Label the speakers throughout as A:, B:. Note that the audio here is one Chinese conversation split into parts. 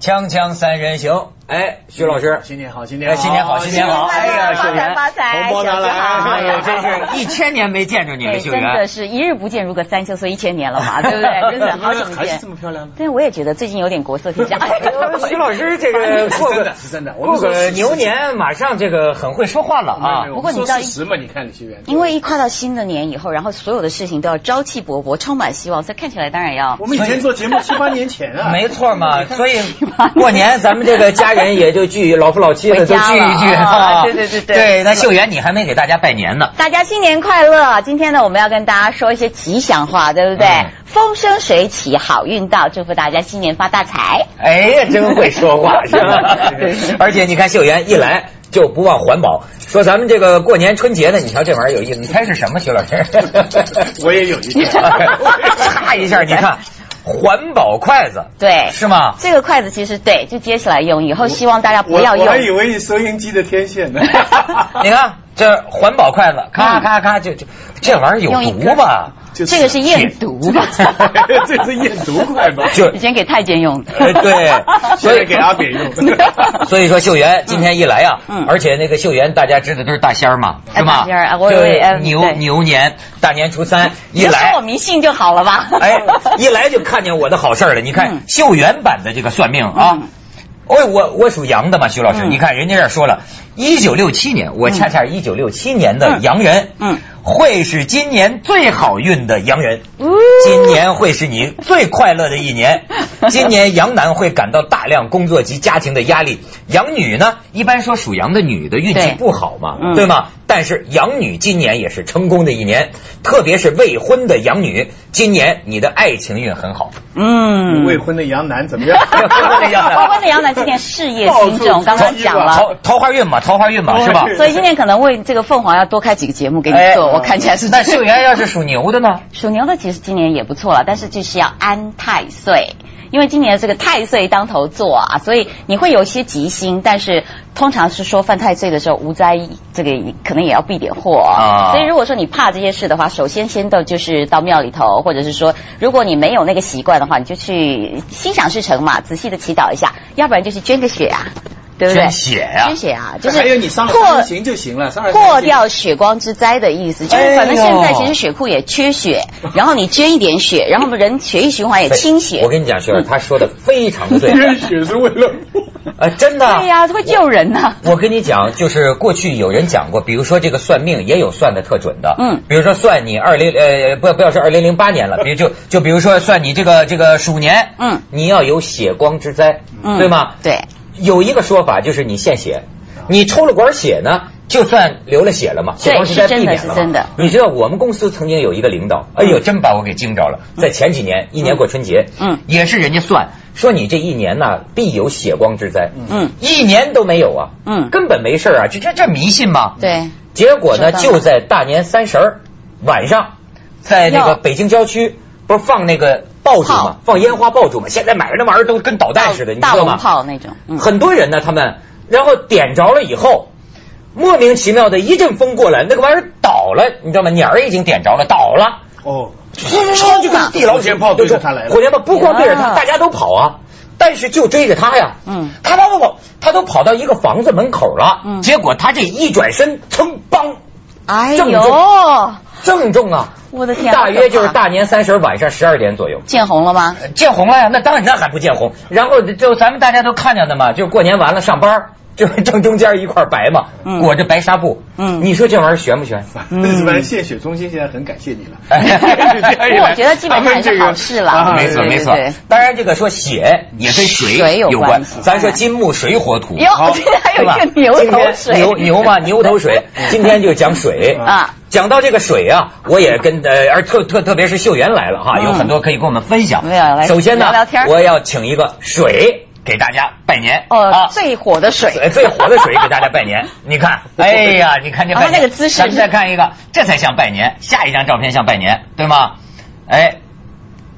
A: 锵锵三人行，哎，徐老师，
B: 新年好，新
A: 哎，
B: 年好，
A: 新年好，新年好，
C: 新
A: 哎
C: 年
A: 呀，
C: 快乐
A: 秀
C: 发
A: 媛，
C: 大财，
B: 红包拿
C: 小啊
B: 来
A: 哎
C: 学
A: 呦，
C: 好。
A: 真是一千年没见着你了，
C: 对，
A: 秀
C: 哎真的
A: 媛。
C: 是一日不见如隔三秋，所以一千年了 嘛，对不对？真是好久
B: 还
C: 不
B: 是
C: 见
B: 这。么漂亮呢？
C: 对，我也觉得最近有点国色天香。
A: 哎徐老师，这个过
B: 真
A: 个
B: 哎的是真的，我
A: 过
B: 们说
A: 个
B: 是
A: 牛。年，马上这个很会说话了啊
B: 啊！！
C: 不过你知道
B: 知十嘛？你看李学员，
C: 因为一跨到新的年以后，然后所有的事情都要朝气勃勃，充满希望，所以看起来当然要
B: 我们以前做节目七八年前啊，
A: 没错嘛，所 以
C: 吧
A: 过年咱们这个家人也就聚，老夫老妻的
C: 回
A: 都
C: 家
A: 聚
C: 了
A: 一聚
C: 啊
A: 啊！
C: 对对对对
A: 对，那秀媛，你还没给大家拜年呢。
C: 大家新年快乐！今天呢，我们要跟大家说一些吉祥话，对不对？
A: 嗯
C: 风生水起，好运到，祝福大家新年发大财。
A: 哎呀，真会说 话，是吧
C: 对？
A: 而且你看秀媛一来就不忘环保，说咱们这个过年春节呢，你瞧这玩意儿有意思，你猜是什么？徐老师，
B: 我也有一天，
A: 咔一下，你看环保筷子
C: 对，
A: 是 吗？
C: 这个筷子其实对，就接起来用，以后希望大家不
B: 我
C: 要
B: 我
C: 用
B: 还。以为是收音机的天线呢。
A: 你看这环保筷子，咔
C: 嗯
A: 咔咔，就就这玩意儿有
C: 用一
A: 毒吧？
B: 就是
C: 这个是验毒 吧？
B: 这是验毒快吧？
A: 就
C: 以前给太监用的
A: 呃，对
B: 现在给阿扁 用。
A: 所以说秀媛今天一来啊，
C: 嗯
A: 而且那个秀媛大家知道都是大仙儿嘛，
C: 哎
A: 是吧？
C: 大仙儿啊我以
A: 就
C: 为哎
A: 牛
C: 对
A: 牛年大年初三
C: 你
A: 一
C: 就说
A: 来
C: 我，迷信就好了吧？
A: 哎，一来就看见我的好事儿了。你
C: 嗯
A: 看秀媛版的这个算命啊
C: 嗯，
A: 我我我属羊的嘛，徐老师，
C: 嗯
A: 你看人家这说了，一九六七年，我恰恰一九六七年的羊人，
C: 嗯嗯，
A: 会是今年最好运的羊人。
C: 呜
A: 今年会是你最快乐的一 年。今年羊男会感到大量工作及家庭的压力，羊女呢，一般说属羊的女的运气
C: 对
A: 不好嘛，
C: 嗯
A: 对吗？但是羊女今年也是成功的一年，特别是未婚的羊女，今年你的爱情运很 好。哎
C: 嗯，
B: 未婚的杨楠怎 么样？
C: 未 婚的羊男今年事业兴盛，我刚刚讲了。
A: 桃桃花运嘛，桃花运嘛，
B: 桃花
A: 啊是吧？
B: 运
C: 所以今年可能为这个凤凰要多开几个节目给你做，
A: 哎
C: 我看起来是
A: 那秀媛要是属牛的呢？
C: 属牛的其实今年也不错了，但是就是要安太岁，因为今年这个太岁当头坐啊，所以你会有一些吉星，但是通常是说犯太岁的时候无灾，这个可能也要避点祸
A: 啊
C: 啊。所以如果说你怕这些事的话，首先先到就是到庙里头，或者是说如果你没有那个习惯的话，你就去心想事成嘛，仔细的祈祷一下，要不然就去捐个血啊， 对不对？
A: 捐血呀
C: 捐血啊，就是
B: 还有你上了
C: 破
B: 三人行就行了，上了三人行
C: 破掉血光之灾的意思，就是反正
A: 哎
C: 现在其实血库也缺血， 然后你捐一点血，然后我们人血液循环也清
A: 哎我
C: 血。嗯
A: 跟你讲，秀媛她说的非常 对，啊
B: 捐血是为了
A: 呃，真的。
C: 对呀、这会救人呐、
A: 我跟你讲，就是过去有人讲过，比如说这个算命也有算的特准的，
C: 嗯，
A: 比如说算你二零呃不不要说二零零八年了，比如就就比如说算你这个这个鼠年，
C: 嗯
A: 你要有血光之灾，
C: 嗯
A: 对吗？
C: 对，
A: 有一个说法就是你献血，你抽了管血呢，就算流了血了嘛，
C: 对
A: 血光之灾避免
C: 是
A: 了嘛。
C: 真的是
A: 你知道我们公司曾经有一个领导，哎呦，真把我给惊着了。在前几年，一年过春节，
C: 嗯
A: 也是人家算说你这一年呐必有血光之灾，
C: 嗯
A: 一年都没有啊，
C: 嗯
A: 根本没事儿啊，这这这迷信吗？。
C: 对，
A: 结果呢，
C: 知道
A: 就在大年三十儿晚上，在那个
C: 哟
A: 北京郊区，不是放那个爆竹吗
C: 炮？
A: 放烟花爆竹吗？现在买那玩意儿都跟导弹似的，你知
C: 大
A: 道
C: 龙
A: 吗？
C: 炮那种，嗯，
A: 很多人呢，他们然后点着了以后，莫名其妙的一阵风过来，那个玩意儿倒了，你知道吗？鸟儿已经点着了，倒了，
B: 哦，
A: 唰就跟地老
B: 火箭炮对着他来了
A: 火箭炮不光对着他，
C: 啊
A: 大家都跑啊。但是就追着他呀，
C: 嗯
A: 他跑跑跑，他都跑到一个房子门口了，
C: 嗯
A: 结果他这一转身，噌，梆，
C: 哎
A: 正
C: 呦，
A: 正中啊，
C: 我的天、
A: 大约就是
C: 好可怕
A: 大年三十晚上十二点左右，
C: 见红了吗？
A: 呃见红了呀，那当然那还不见红。然后就咱们大家都看见的嘛，就是过年完了上班儿，就是 正中间一块白嘛，
C: 嗯
A: 裹着白纱布。
C: 嗯
A: 你说这玩意儿悬不 哎悬？
B: 反正献血中心现在很感谢你了。
C: 我觉得基本上还是好事啦啊
A: 没错
C: 对对
A: 没错
C: 对。
A: 当然，这个说血也跟水
C: 水有
A: 有
C: 关
A: 关
C: 系。
A: 咱说金木水火土，
C: 哟
A: 好，
C: 还有
A: 对吧
C: 一个牛
A: 今天
C: 头水
A: 牛牛嘛，牛头 水。今天就讲水
C: 啊。
A: 讲到这个水啊，我也跟呃，而特特特别是秀媛来了哈，
C: 嗯
A: 有很多可以跟我们分享
C: 没有来。
A: 首先呢
C: 聊聊天，儿
A: 我要请一个水给大家拜年
C: 哦、
A: 啊。
C: 最火的水，
A: 最最火的水给大家拜 年，你看，哎呀，你看这拜年
C: 哦然后那个姿势
A: 咱们再看一个，这才像拜年。下一张照片像拜年，对吗？哎，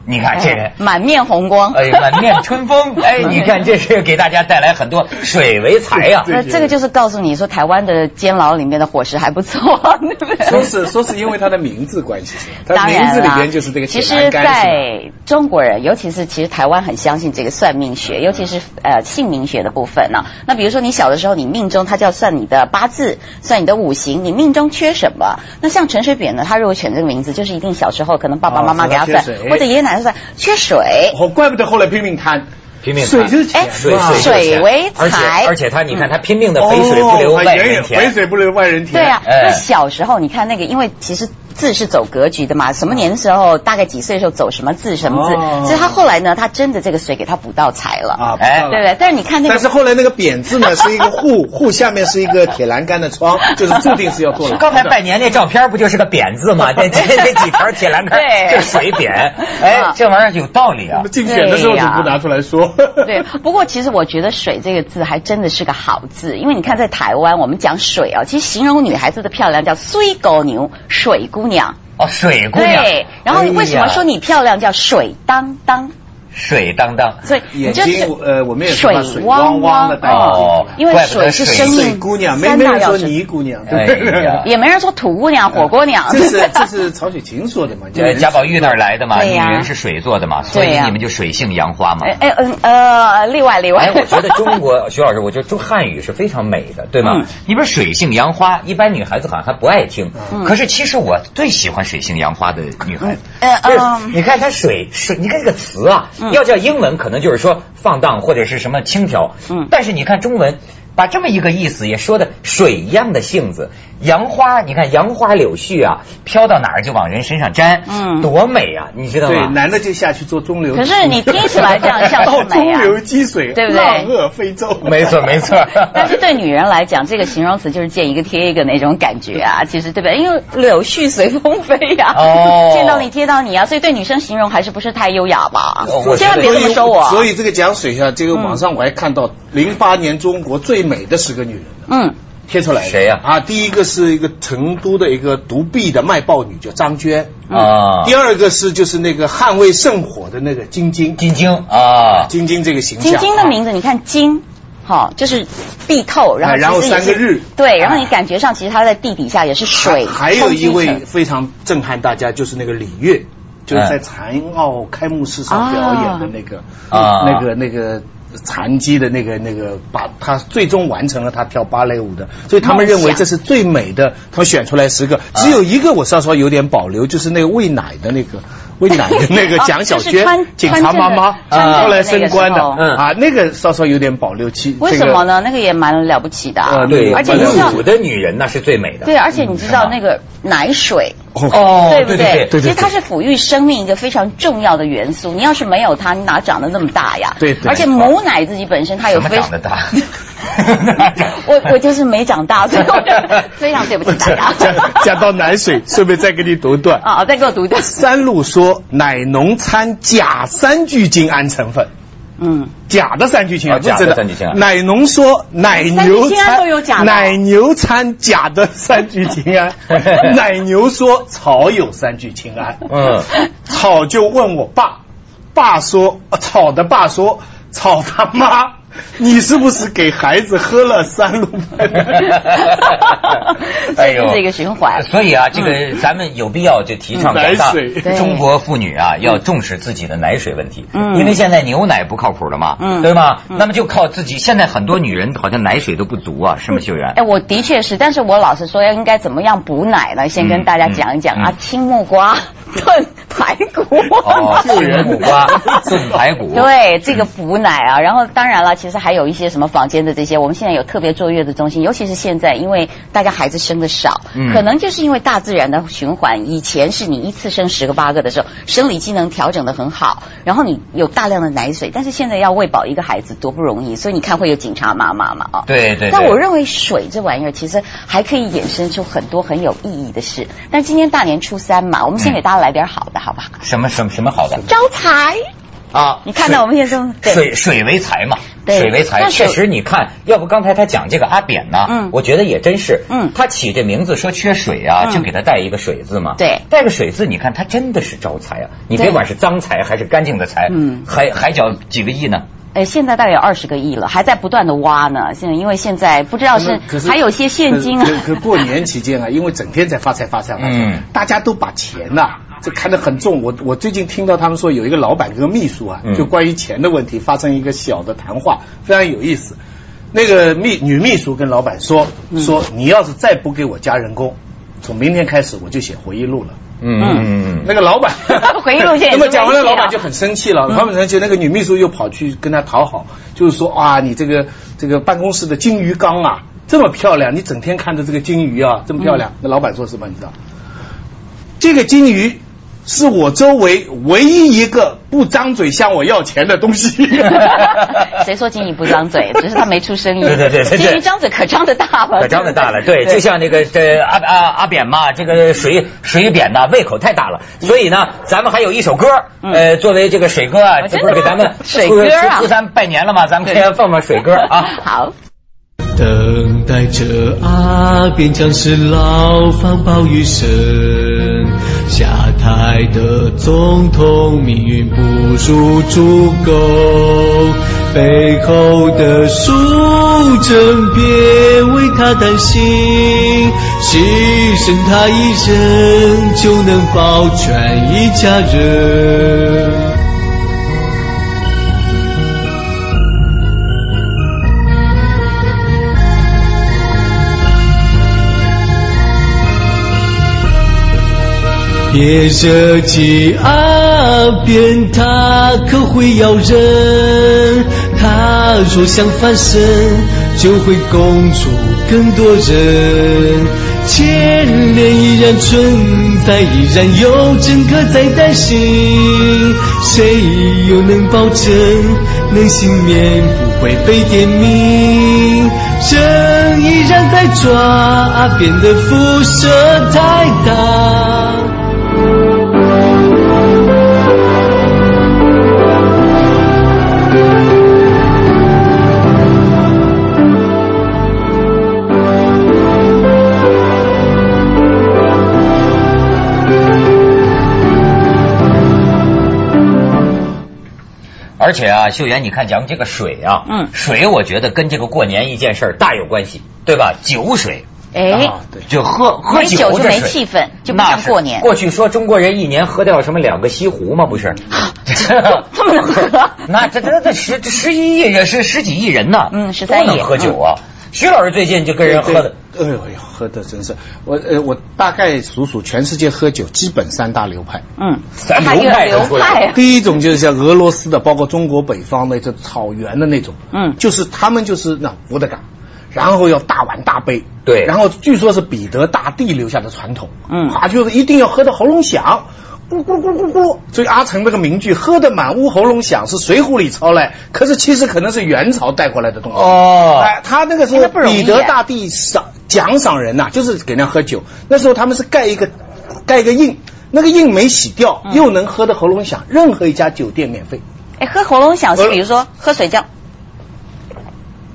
A: 你
C: 嗯
A: 看这人。
C: 满面红光。
A: 哎，满面春风！ 哎，
C: 嗯
A: 你看，这是给大家带来很多水为财啊呀、
B: 对
C: 那这个就是告诉你说，台湾的监牢里面的伙食还不错， 对不对？
B: 说是说是因为他的名字关系，他
C: 当
B: 名
C: 然
B: 字里
C: 啦
B: 边就是这个
C: 其
B: 铁
C: 实，
B: 栏杆是吧
C: 在中国人，尤其是其实台湾很相信这个算命学，尤其是呃姓名学的部分呢、那比如说你小的时候，你命中它就要算你的八字，算你的五行，你命中缺什么？那像陈水扁呢，他如果选这个名字，就是一定小时候可能爸爸妈妈
B: 哦
C: 给他
B: 说
C: 算，
B: 他缺水
C: 或者爷爷奶奶算缺水。
B: 哦，怪不得后来拼命贪，
A: 拼命
B: 水就是
A: 贪
B: 钱
A: 水
B: 嘛
A: 水就是钱
C: 哎水为
A: 而且
C: 财嗯
A: 而且他你看他拼命的肥水不流
B: 哦
A: 外
B: 远
A: 人
B: 肥
A: 田，
B: 水不流外人田。
C: 对啊，
A: 哎
C: 那小时候你看那个，因为其实字是走格局的嘛，什么年时候，大概几岁的时候走什么字什么字，
B: 哦
C: 所以他后来呢，他真的这个水给他补到财了，
B: 啊，
A: 哎
B: 不知道了
C: 对不对？但是你看那
B: 但是
C: 个。
B: 后来那个匾字呢，是一个 户，户下面是一个铁栏杆的窗，就是注定是要坐牢的。
A: 刚才拜年那照片不就是个匾字 吗？那这这几条铁栏杆，
C: 对
A: 这水 匾，哎
C: 啊，
A: 这玩意儿有道理啊
B: 那么。竞选的时候就不拿出来说。
C: 对，不过其实我觉得“水”这个字还真的是个好字，因为你看在台湾，我们讲水啊，其实形容女孩子的漂亮叫“水狗牛”，水姑娘。
A: 哦，水姑娘，
C: 对，然后为什么说
A: 哎呀
C: 你漂亮叫“水当当
A: 水当当？”？
C: 所以你
B: 眼
C: 就
B: 睛
C: 是，
B: 呃，我们也说把水
C: 水
B: 汪汪的带进去
A: 哦
C: 因为
A: 怪不得
C: 水是
A: 水
C: 生
B: 水
C: 命
B: 姑娘，没
C: 三
B: 没
C: 大
B: 人
C: 要
B: 说
C: 素
B: 尼姑娘，
A: 哎
B: 对
A: 呀
C: 也没人说土姑
B: 嗯
C: 娘、火锅娘，
B: 这是这是曹雪芹说 的嘛？
A: 呃，贾宝玉那儿来的嘛，
C: 对
A: 女
C: 呀
A: 人是水做的嘛，所
C: 对
A: 以
C: 呀
A: 你们就水性杨花嘛。
C: 哎哎嗯呃，例外例外。
A: 哎，我觉得中国 徐老师，我觉得中汉语是非常美的，对吗
C: 嗯？
A: 你比如水性杨花，一般女孩子好像还不爱听，
C: 嗯
A: 可是其实我最喜欢水性杨花的女孩子。
C: 嗯呃
A: 就是
C: 嗯
A: 你看它水水，你看这个词啊，
C: 嗯
A: 要叫英文可能就是说放荡或者是什么轻佻，
C: 嗯
A: 但是你看中文。把这么一个意思也说的水一样的性子，杨花，你看杨花柳絮啊，飘到哪儿就往人身上沾，
C: 嗯
A: 多美啊，你知道
B: 对，
A: 吗？
B: 男的就下去做中流击。
C: 可是你听起来这样像
B: 到
C: 是美
B: 中
C: 啊
B: 流击水，
C: 对不对
B: 浪遏飞舟。
A: 没错没错
C: 但是对女人来讲，这个形容词就是见一个贴一个那种感觉啊，其实对不对？因为柳絮随风飞呀、
A: 哦
C: 见到你贴到你啊，所以对女生形容还是不是太优雅吧
A: 哦我？觉
C: 千
A: 得
C: 万别这么说我。
B: 所以这个讲水啊，这个网上我还看到零八年中国最美的十个女人
C: 嗯，
B: 贴出来的。
A: 谁呀
B: 啊，第一个是一个成都的一个独臂的卖报女，叫张娟。
C: 嗯
A: 啊，
B: 第二个是就是那个捍卫圣火的那个晶晶，
A: 晶晶啊，
B: 晶晶这个形象
C: 晶
B: 啊。
C: 晶的名字，你看晶。好、就是碧透，然
B: 哦
C: 后
B: 哎然后
C: 其实也是
B: 三个日哎
C: 对，然后你感觉上其实它在地底下也是水，
B: 还还有一
C: 冲
B: 位
C: 击
B: 非常震撼大家，就是那个李月，就是在残奥开幕式上表演的那个、
A: 啊
B: 那个那个残疾的那个那个，把他最终完成了他跳芭蕾舞的，所以他们认为这是最美的。他们选出来十个，只有一个我稍稍有点保留，就是那个喂奶的那 个。喂奶的那个
C: 啊
B: 蒋小
C: 就是
B: 娟
C: 穿，
B: 警察妈妈，
C: 穿正的
B: 啊后来
C: 穿正的
B: 升
C: 那个
B: 官的
C: 时候
A: 嗯
B: 啊，那个稍稍有点保留期。
C: 为
B: 这个
C: 什么？呢？那个也蛮了不起的、啊
B: 呃
A: 对，
C: 而且你
A: 文
C: 知道
A: 武的女人那是最美的。
C: 对，而且你知道那个奶水。
A: 哦
C: 对
A: 对
C: 不
A: 对对
B: 对对
C: 其实它是抚育生命一个非常重要的元素。你要是没有它，你哪长得那么大呀？
B: 对对
C: 而且母奶自己本身它有
A: 什么
C: 非？
A: 长得大
C: 我我就是没长大，所以我就非常对不起大 家。
B: 讲讲讲到奶水，顺便再给你读一段。
C: 啊，再给我读一段。
B: 三鹿说，奶农掺假三聚氰胺成分，
C: 嗯，
B: 假的三聚氰
A: 啊
C: 哦
B: 胺，不是
A: 假
B: 真
A: 的三聚氰胺。
B: 奶农说，奶牛
C: 三聚氰胺
B: 掺
C: 都有假的
B: 奶牛掺假的三聚氰 胺奶牛说草有三聚氰胺。
A: 嗯，
B: 草就问我爸，爸说呃草的爸说草他妈，你是不是给孩子喝了三鹿奶？
C: 所以这是一个循环。
A: 哎
C: 嗯
A: 所以啊，这个咱们有必要就提倡
B: 嗯奶
A: 广大
B: 水
C: 对
A: 中国妇女啊，要重视自己的奶水问题，
C: 嗯
A: 因为现在牛奶不靠谱了嘛，
C: 嗯
A: 对吗？那么就靠自己。现在很多女人好像奶水都不足啊，是吗，秀媛？
C: 哎，我的确是，但是我老实说，要应该怎么样补奶呢？先跟大家讲一讲、
A: 嗯嗯
C: 啊，青木瓜炖排骨。
A: 哦，吃 木瓜炖排骨，
C: 对，这个补奶
A: 嗯
C: 啊，然后当然了，其实还有一些什么坊间的这些，我们现在有特别坐月子中心，尤其是现在，因为大家孩子生的少，
A: 嗯
C: 可能就是因为大自然的循环，以前是你一次生十个八个的时候，生理机能调整的很好，然后你有大量的奶水，但是现在要喂饱一个孩子多不容易，所以你看会有警察妈妈嘛啊。
A: 对对对。
C: 但我认为水这玩意儿其实还可以衍生出很多很有意义的事。但
A: 嗯
C: 今天大年初三嘛，我们先给大家来点好的，好不好？
A: 什么什么什么好的？
C: 招财。
A: 啊，
C: 你看到我们现在都对
A: 水水为财嘛，
C: 对
A: 水为财，
C: 那
A: 确
C: 水
A: 实你看，要不刚才他讲这个阿扁呢，
C: 嗯
A: 我觉得也真是，
C: 嗯
A: 他起这名字说缺水啊，
C: 嗯
A: 就给他带一个水字嘛，
C: 对
A: 带个水字，你看他真的是招财啊，你别
C: 对
A: 管是脏财还是干净的财，
C: 嗯
A: 还还缴几个亿呢，
C: 呃，现在大概有二十个亿了，还在不断的挖呢。现在因为现在不知道是还有些现金啊
B: 可。可可过年期间啊，因为整天在发财发财发财，
A: 嗯
B: 大家都把钱呐、这看得很重。我我最近听到他们说有一个老板跟秘书啊，
A: 嗯
B: 就关于钱的问题发生一个小的谈话，非常有意思。那个秘女秘书跟老板说
C: 嗯
B: 说，你要是再不给我加人工，从明天开始我就写回忆录了。
A: 嗯
B: 那个老板
C: 啊回忆录现
B: 那
C: 在
B: 么讲完了，
C: 已经没
B: 老
C: 有
B: 板就很生气了。
C: 嗯
B: 老板生气，那个女秘书又跑去跟他讨好，就是说啊，你这个这个办公室的金鱼缸啊，这么漂亮，你整天看着这个金鱼啊，这么漂亮。
C: 嗯
B: 那老板说什么？你知道？这个金鱼是我周围唯一一个不张嘴向我要钱的东西。
C: 谁说金鱼不 张嘴？只是他没出声音。
A: 对对对对对
C: 金鱼张嘴可张得大了，
A: 可张得大了，对，就像那个这阿阿阿扁嘛，这个水水扁呐，胃口太大了，所以呢，咱们还有一首歌，
C: 嗯
A: 呃，作为这个水哥啊，
C: 哦
A: 这
C: 真的
A: 不是给咱们
C: 吗水歌啊
A: 初三拜年了嘛，咱们给他放放水歌啊。
C: 好。
D: 等待着阿扁将是牢房暴雨声，下台的总统命运不如猪狗，背后的淑珍别为他担心，牺牲他一人就能保全一家人。别设计阿扁，他可会咬人。他若想翻身，就会拱出更多人。牵连依然存在，依然有整个在担心。谁又能保证能幸免不会被点名？正依然在抓，阿扁的辐射太大。
A: 而且啊，秀妍，你看咱们这个水啊，
C: 嗯
A: 水我觉得跟这个过年一件事儿大有关系，对吧？酒水。
C: 哎，
B: 啊对
A: 就喝喝
C: 没酒
A: 酒
C: 就
A: 这
C: 没
A: 水
C: 气氛就不
A: 那
C: 像
A: 是
C: 过年
A: 过去说中国人一年喝掉什么两个西湖吗？不 是，
C: 这么能喝
A: 那这这这十这十一亿人是十几亿人呢，
C: 嗯13亿嗯
A: 都能喝酒啊。徐老师最近就跟人喝的，
B: 对，哎呦哎呦，喝的真是我呃，我大概数数，全世界喝酒基本三大流派。
C: 嗯，
A: 咱
C: 还有
A: 流派都
C: 流
A: 出来了
C: 派啊，
B: 第一种就是像俄罗斯的，包括中国北方的这草原的那种，
C: 嗯
B: 就是他们就是那伏特嘎，然后要大碗大杯，
A: 对
B: 然后据说是彼得大帝留下的传统，
C: 嗯
B: 啊，就是一定要喝的喉咙响。咕咕咕咕咕，所以阿成这个名句“喝得满屋喉咙响”是《水浒》里抄来，可是其实可能是元朝带过来的东西。
A: 哦
B: 哎，他那个时
C: 哎
B: 候
C: 那不容易
B: 彼得大帝赏奖赏人呐、就是给人家喝酒。那时候他们是盖一个盖一个印，那个印没洗掉，
C: 嗯
B: 又能喝的喉咙响，任何一家酒店免费。
C: 哎，喝喉咙
A: 呃
C: 响是比如说喝水这样，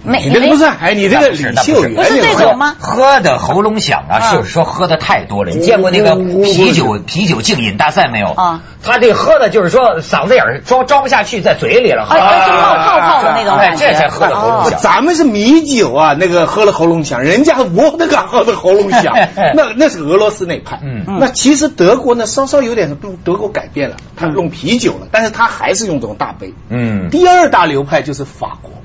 C: 没
B: 你这个不是，
C: 没
B: 哎，你这个
A: 那不是
B: 李
A: 那不是
B: 秀媛
C: 不是
B: 有
C: 这
B: 喝
C: 种吗
A: 喝的喉咙响啊，
C: 啊
A: 就是说喝的太多了。你见过那个
B: 嗯
A: 啤酒啤酒竞饮大赛没有？
C: 啊，
A: 他这喝的就是说嗓子眼儿装装不下去，在嘴里了，
C: 哎哎就冒泡泡的
A: 啊
C: 那种
A: 哎
C: 感觉哦
A: 这才喝的喉咙响。，
B: 咱们是米酒啊，那个喝了喉咙响，人家我那个喝的喉咙响那那是俄罗斯那派。
A: 嗯
C: 嗯
B: 那其实德国呢，稍稍有点德德国改变了，他用啤酒了，但是他还是用这种大杯。
A: 嗯，
B: 第二大流派就是法国，
C: 嗯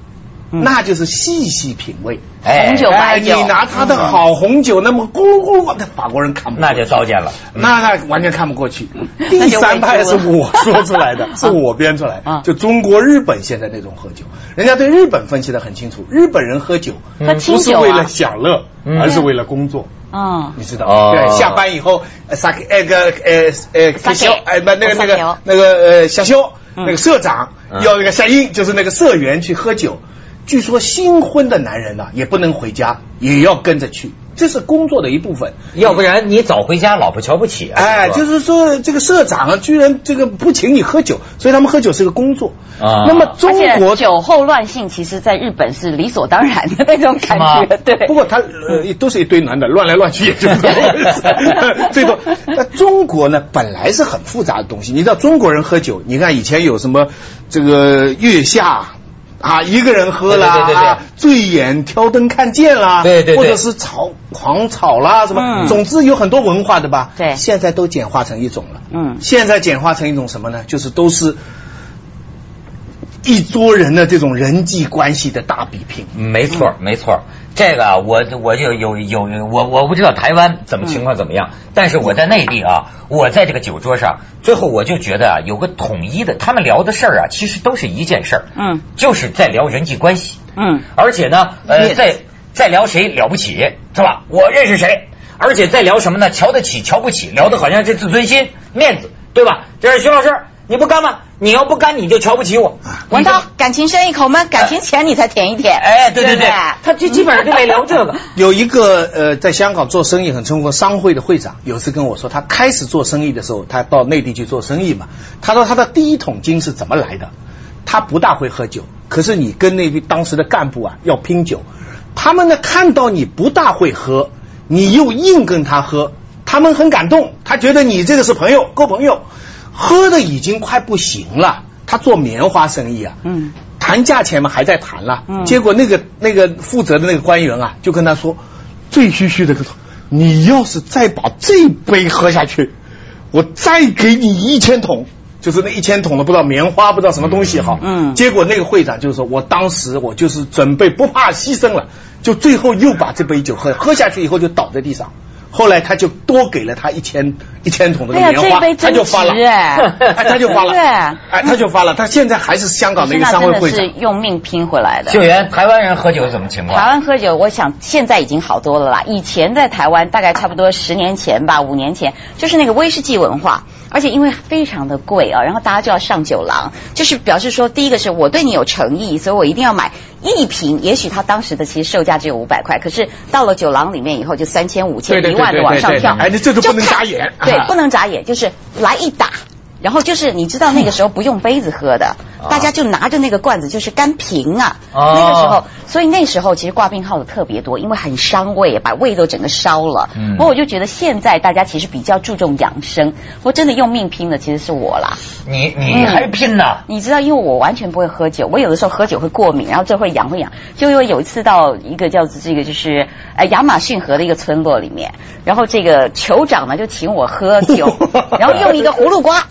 B: 那就是细细品味。
A: 哎
C: 红酒白
B: 你拿他的好红酒，那么咕噜咕噜，那法国人看不过
A: 那
B: 去，
A: 就糟践了。
B: 那那完全看不过去。
C: 嗯那
B: 第
C: 就
B: 三派
C: 围
B: 是
C: 住了，
B: 我说出来的 是我编出来
C: 啊
B: 的，就中国、日本现在那种喝酒，人家对日本分析的很清楚，日本人喝酒
C: 喝
B: 不
C: 清
B: 是
C: 酒
B: 为
C: 啊
B: 了，享乐，
A: 嗯
B: 而是为了工作。
C: 嗯，
B: 你知道
A: 哦
B: 吗？对，下班以后，呃，萨克，那个，呃，呃，小，哎，不，那个，那个，那个，呃，小肖，
C: 嗯
B: 那个社长
A: 嗯
B: 要那个夏英，就是那个社啊员去喝酒。据说新婚的男人呢、也不能回家，也要跟着去。这是工作的一部分。
A: 要不然你早回家，老婆瞧不起啊。
B: 哎，就是是说这个社长啊，居然这个不请你喝酒，所以他们喝酒是个工作。
A: 啊
B: 那么中
C: 而且
B: 国
C: 酒后乱性，其实在日本是理所当然的那种感
A: 是
C: 觉
A: 吗，
C: 对。
B: 不过他呃都是一堆男的乱来乱去，也就是 这么回事最多。那中国呢，本来是很复杂的东西。你知道中国人喝酒，你看以前有什么这个月下。啊，一个人喝啦，
A: 对对对对对
B: 啊醉眼挑灯看剑啦，
A: 对对对
B: 或者是吵狂吵啦，什么，
C: 嗯
B: 总之有很多文化的吧。
C: 对
B: 现在都简化成一种了。
C: 嗯
B: 现在简化成一种什么呢？就是都是一桌人的这种人际关系的大比拼。
A: 没错儿，没错儿。这个啊我我就有有有我我不知道台湾怎么情况怎么样，但是我在内地啊，我在这个酒桌上，最后我就觉得啊，有个统一的，他们聊的事儿啊，其实都是一件事儿，
C: 嗯
A: 就是在聊人际关系，
C: 嗯，
A: 而且呢，
B: 面
A: 呃，
B: 子
A: 在在聊谁了不起是吧？我认识谁，而且在聊什么呢？瞧得起，瞧不起，聊的好像是自尊心、面子，对吧？这是徐老师，你不干吗？你要不啊干，你就瞧不起我。
C: 文涛，感情深一口闷，感情浅你才舔一舔。
A: 哎，对对
C: 不
A: 对，他就基本上就来聊这个。
B: 有一个呃，在香港做生意很成功的商会的会长，有次跟我说，他开始做生意的时候，他到内地去做生意嘛，他说他的第一桶金是怎么来的？他不大会喝酒，可是你跟那个当时的干部啊要拼酒，他们呢看到你不大会喝，你又硬跟他喝，他们很感动，他觉得你这个是朋友，够朋友，喝的已经快不行了。他做棉花生意啊，
C: 嗯
B: 谈价钱嘛，还在谈了。
C: 嗯
B: 结果那个那个负责的那个官员啊，就跟他说，醉醺醺的跟他说，你要是再把这杯喝下去，我再给你一千桶。就是那一千桶的不知道棉花不知道什么东西好，
C: 嗯
B: 结果那个会长就说，我当时我就是准备不怕牺牲了，就最后又把这杯酒喝喝下去以后就倒在地上，后来他就多给了他一千一千桶的
C: 哎呀，
B: 棉
C: 这
B: 花，
C: 一杯
B: 他
C: 真
B: 就
C: 值
B: 发了，
C: 哎，
B: 哎，他就发了，
C: 对
B: 哎，他就发了，他现在还是香港那
C: 现
B: 个
C: 在
B: 商会
C: 真的
B: 会长
C: 是。用命拼回来的。
A: 秀媛，台湾人喝酒怎么情
C: 台
A: 况？
C: 湾喝酒，我想现在已经好多了啦。以前在台湾，大概差不多十年前吧，五年前，就是那个威士忌文化，而且因为非常的贵啊，然后大家就要上酒廊，就是表示说，第一个是我对你有诚意，所以我一定要买一瓶。也许他当时的其实售价只有五百块，可是到了酒廊里面以后，就三千、五
B: 对
C: 千、
B: 对
C: 一
B: 对
C: 万的往上
B: 对对对
C: 跳。
B: 哎你这就不能
C: 就看
B: 眨眼
C: 对
B: 啊，，
C: 不能眨眼，就是来一打。然后就是你知道那个时候不用杯子喝的，
A: 啊
C: 大家就拿着那个罐子就是干瓶啊，
A: 哦
C: 那个时候所以那时候其实挂病号的特别多，因为很伤胃，把胃都整个烧了。
A: 嗯
C: 不过我就觉得现在大家其实比较注重养生，我真的用命拼的其实是我啦。
A: 你你
C: 嗯
A: 还拼呢？
C: 你知道，因为我完全不会喝酒，我有的时候喝酒会过敏，然后这会痒会痒。就因为有一次到一个叫做这个就是呃亚马逊河的一个村落里面，然后这个酋长呢就请我喝 酒然后用一个葫芦瓜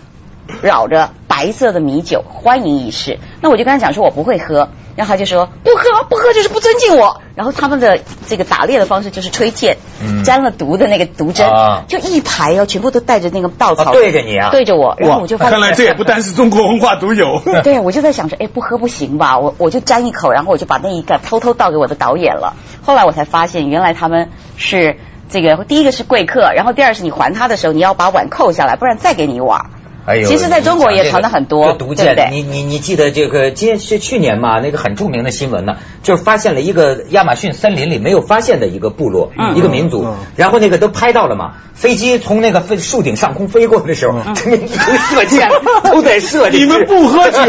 C: 绕着白色的米酒欢迎仪式。那我就跟他讲说我不会喝，然后他就说不喝不喝就是不尊敬我。然后他们的这个打猎的方式就是吹箭，
A: 嗯
C: 沾了毒的那个毒针，
A: 啊
C: 就一排哦，全部都带着那个稻草、
A: 啊对着你啊
C: 对着我，然后我就发现
B: 看来这也不单是中国文化独有。
C: 对，我就在想着，哎，不喝不行吧？我我就沾一口，然后我就把那一个偷偷倒给我的导演了。后来我才发现，原来他们是这个第一个是贵客，然后第二是你还他的时候，你要把碗扣下来，不然再给你一碗。
A: 哎呦，
C: 其实在中国也传得很多
A: 这毒
C: 对
A: 箭，
C: 不对
A: 你你你记得这个？今天是去年嘛，那个很著名的新闻呢，就是发现了一个亚马逊森林里没有发现的一个部落，
C: 嗯
A: 一个民族、
B: 嗯
A: 然后那个都拍到了嘛，飞机从那个飞树顶上空飞过的时候，
C: 嗯
A: 这民族射 箭啊都在射进去。
B: 你们不喝酒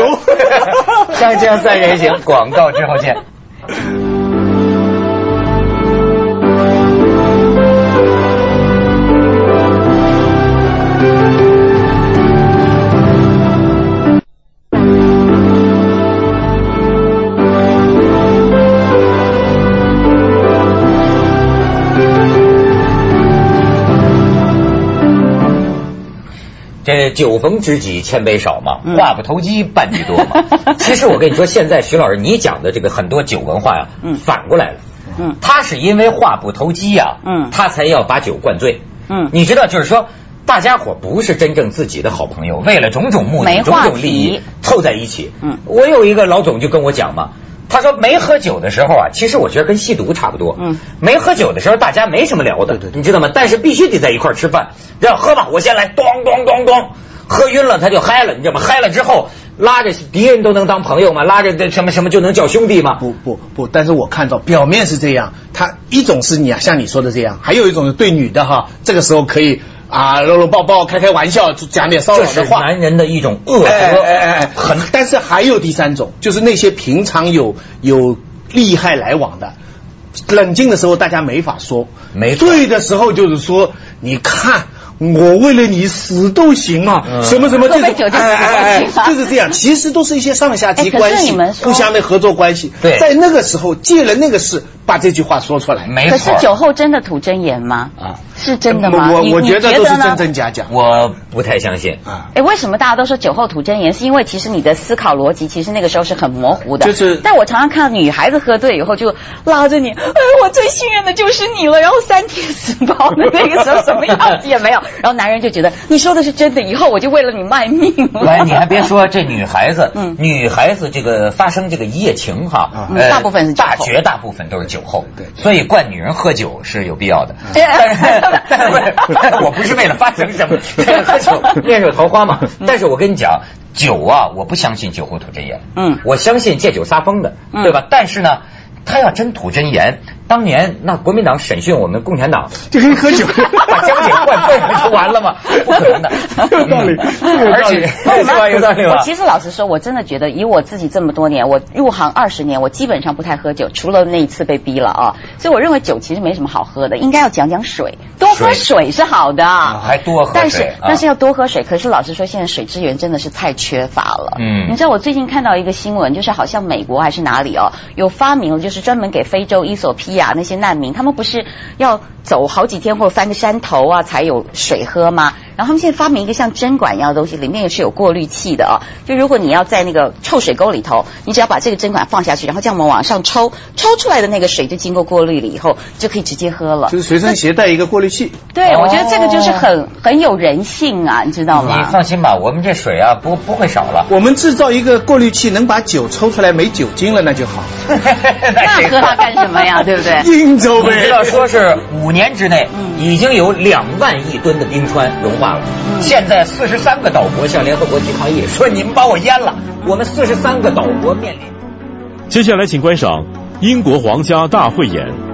A: 锵锵三人行，广告之后见。这酒逢知己千杯少嘛，
C: 嗯
A: 话不投机半句多 嘛。其实我跟你说，现在徐老师你讲的这个很多酒文化呀、
C: 嗯
A: 反过来了。
C: 嗯
A: 他是因为话不投机呀、
C: 嗯
A: 他才要把酒灌醉。
C: 嗯
A: 你知道，就是说，大家伙不是真正自己的好朋友，为了种种目的、
C: 没
A: 种
C: 话
A: 种利益
C: 题
A: 凑在一起。
C: 嗯
A: 我有一个老总就跟我讲嘛。他说没喝酒的时候啊，其实我觉得跟吸毒差不多。
C: 嗯，
A: 没喝酒的时候大家没什么聊的，
B: 对对对
A: 你知道吗？但是必须得在一块儿吃饭，让喝吧，我先来，咚咚咚咚，喝晕了他就嗨了，你知道吗？嗨了之后拉着敌人都能当朋友吗？拉着这什么什么就能叫兄弟吗？
B: 不不不，但是我看到表面是这样，他一种是你啊，像你说的这样，还有一种是对女的哈，这个时候可以啊搂搂抱抱、开开玩笑，讲
C: 哦
B: 点骚
A: 这
B: 扰的
A: 是
B: 话。
A: 男人的一种恶
B: 哎
A: 德，
B: 哎哎哎，很。但是还有第三种，就是那些平常有有利害来往的，冷静的时候大家没法说，
A: 没错
B: 对的时候就是说，你看。我为了你死都行啊，
A: 嗯
B: 什么什么这
C: 喝杯酒
B: 种，哎
C: 就死都行啊
B: 就是这样，其实都是一些上下级
C: 哎可是
B: 关系
C: 你们，说
B: 互相的合作关系。
A: 对
B: 在那个时候借了那个势，把这句话说出来。
A: 没
C: 可
A: 错
C: 是酒后真的吐真言吗？
A: 啊，
C: 是真的吗？
B: 我
C: 你
B: 我
C: 你
B: 觉得都是
C: 呢
B: 真真假假
A: 我不太相信。
B: 啊。
C: 哎，为什么大家都说酒后吐真言？是因为其实你的思考逻辑其实那个时候是很模糊的。
B: 就是
C: 但我常常看到女孩子喝醉以后就拉着你，哎，我最信任的就是你了，然后三天死保的那个时候什么样子也没有，然后男人就觉得你说的是真的，以后我就为了你卖命 了。
A: 喂，你还别说，这女孩子，
C: 嗯
A: 女孩子这个发生这个一夜情哈，呃
C: 嗯大部分是酒后
A: 大绝大部分都是酒后，
B: 对
A: 所以灌女人喝酒是有必要 的。
C: 对
A: 但是，但是但是我不是为了发生什么，喝 酒烈酒桃花嘛。
C: 嗯
A: 但是我跟你讲，酒啊，我不相信酒后吐真言，
C: 嗯
A: 我相信借酒撒疯的，
C: 嗯
A: 对吧？但是呢。他要真吐真言，当年那国民党审讯我们共产党，
B: 就可以喝酒，
A: 把江姐灌醉了就完了 吗？不可能的，嗯
B: 有道理有道理
A: 而且是吧？哎有道理吧
C: 我？其实老实说，我真的觉得以我自己这么多年，我入行二十年，我基本上不太喝酒，除了那一次被逼了啊。所以我认为酒其实没什么好喝的，应该要讲讲水，多喝水是好的，
A: 还多喝水
C: 但是、
A: 啊
C: 但是要多喝水。可是老实说，现在水资源真的是太缺乏了。
A: 嗯
C: 你知道我最近看到一个新闻，就是好像美国还是哪里哦，有发明了，就是专门给非洲、伊索比亚那些难民，他们不是要走好几天或者翻个山头啊才有水喝吗？然后他们现在发明一个像针管一样的东西，里面也是有过滤器的哦。就如果你要在那个臭水沟里头，你只要把这个针管放下去，然后这样我们往上抽，抽出来的那个水就经过过滤了以后，就可以直接喝了
B: 就。是随身携带一个过滤器。
C: 对，
A: 哦
C: 我觉得这个就是很很有人性啊，你知道
A: 你
C: 吗？
A: 放心吧，我们这水啊不不会少了。
B: 我们制造一个过滤器，能把酒抽出来没酒精了，那就好。
C: 那
A: 那
C: 喝它干什么呀？对不 对？
B: 应酬
A: 你
B: 呗
A: 知。道说是五年之内
C: 嗯
A: 已经有两万亿吨的冰川融化了，现在四十三个岛国向联合国提抗议，说你们把我淹了，我们四十三个岛国面临。
E: 接下来，请观赏英国皇家大汇演《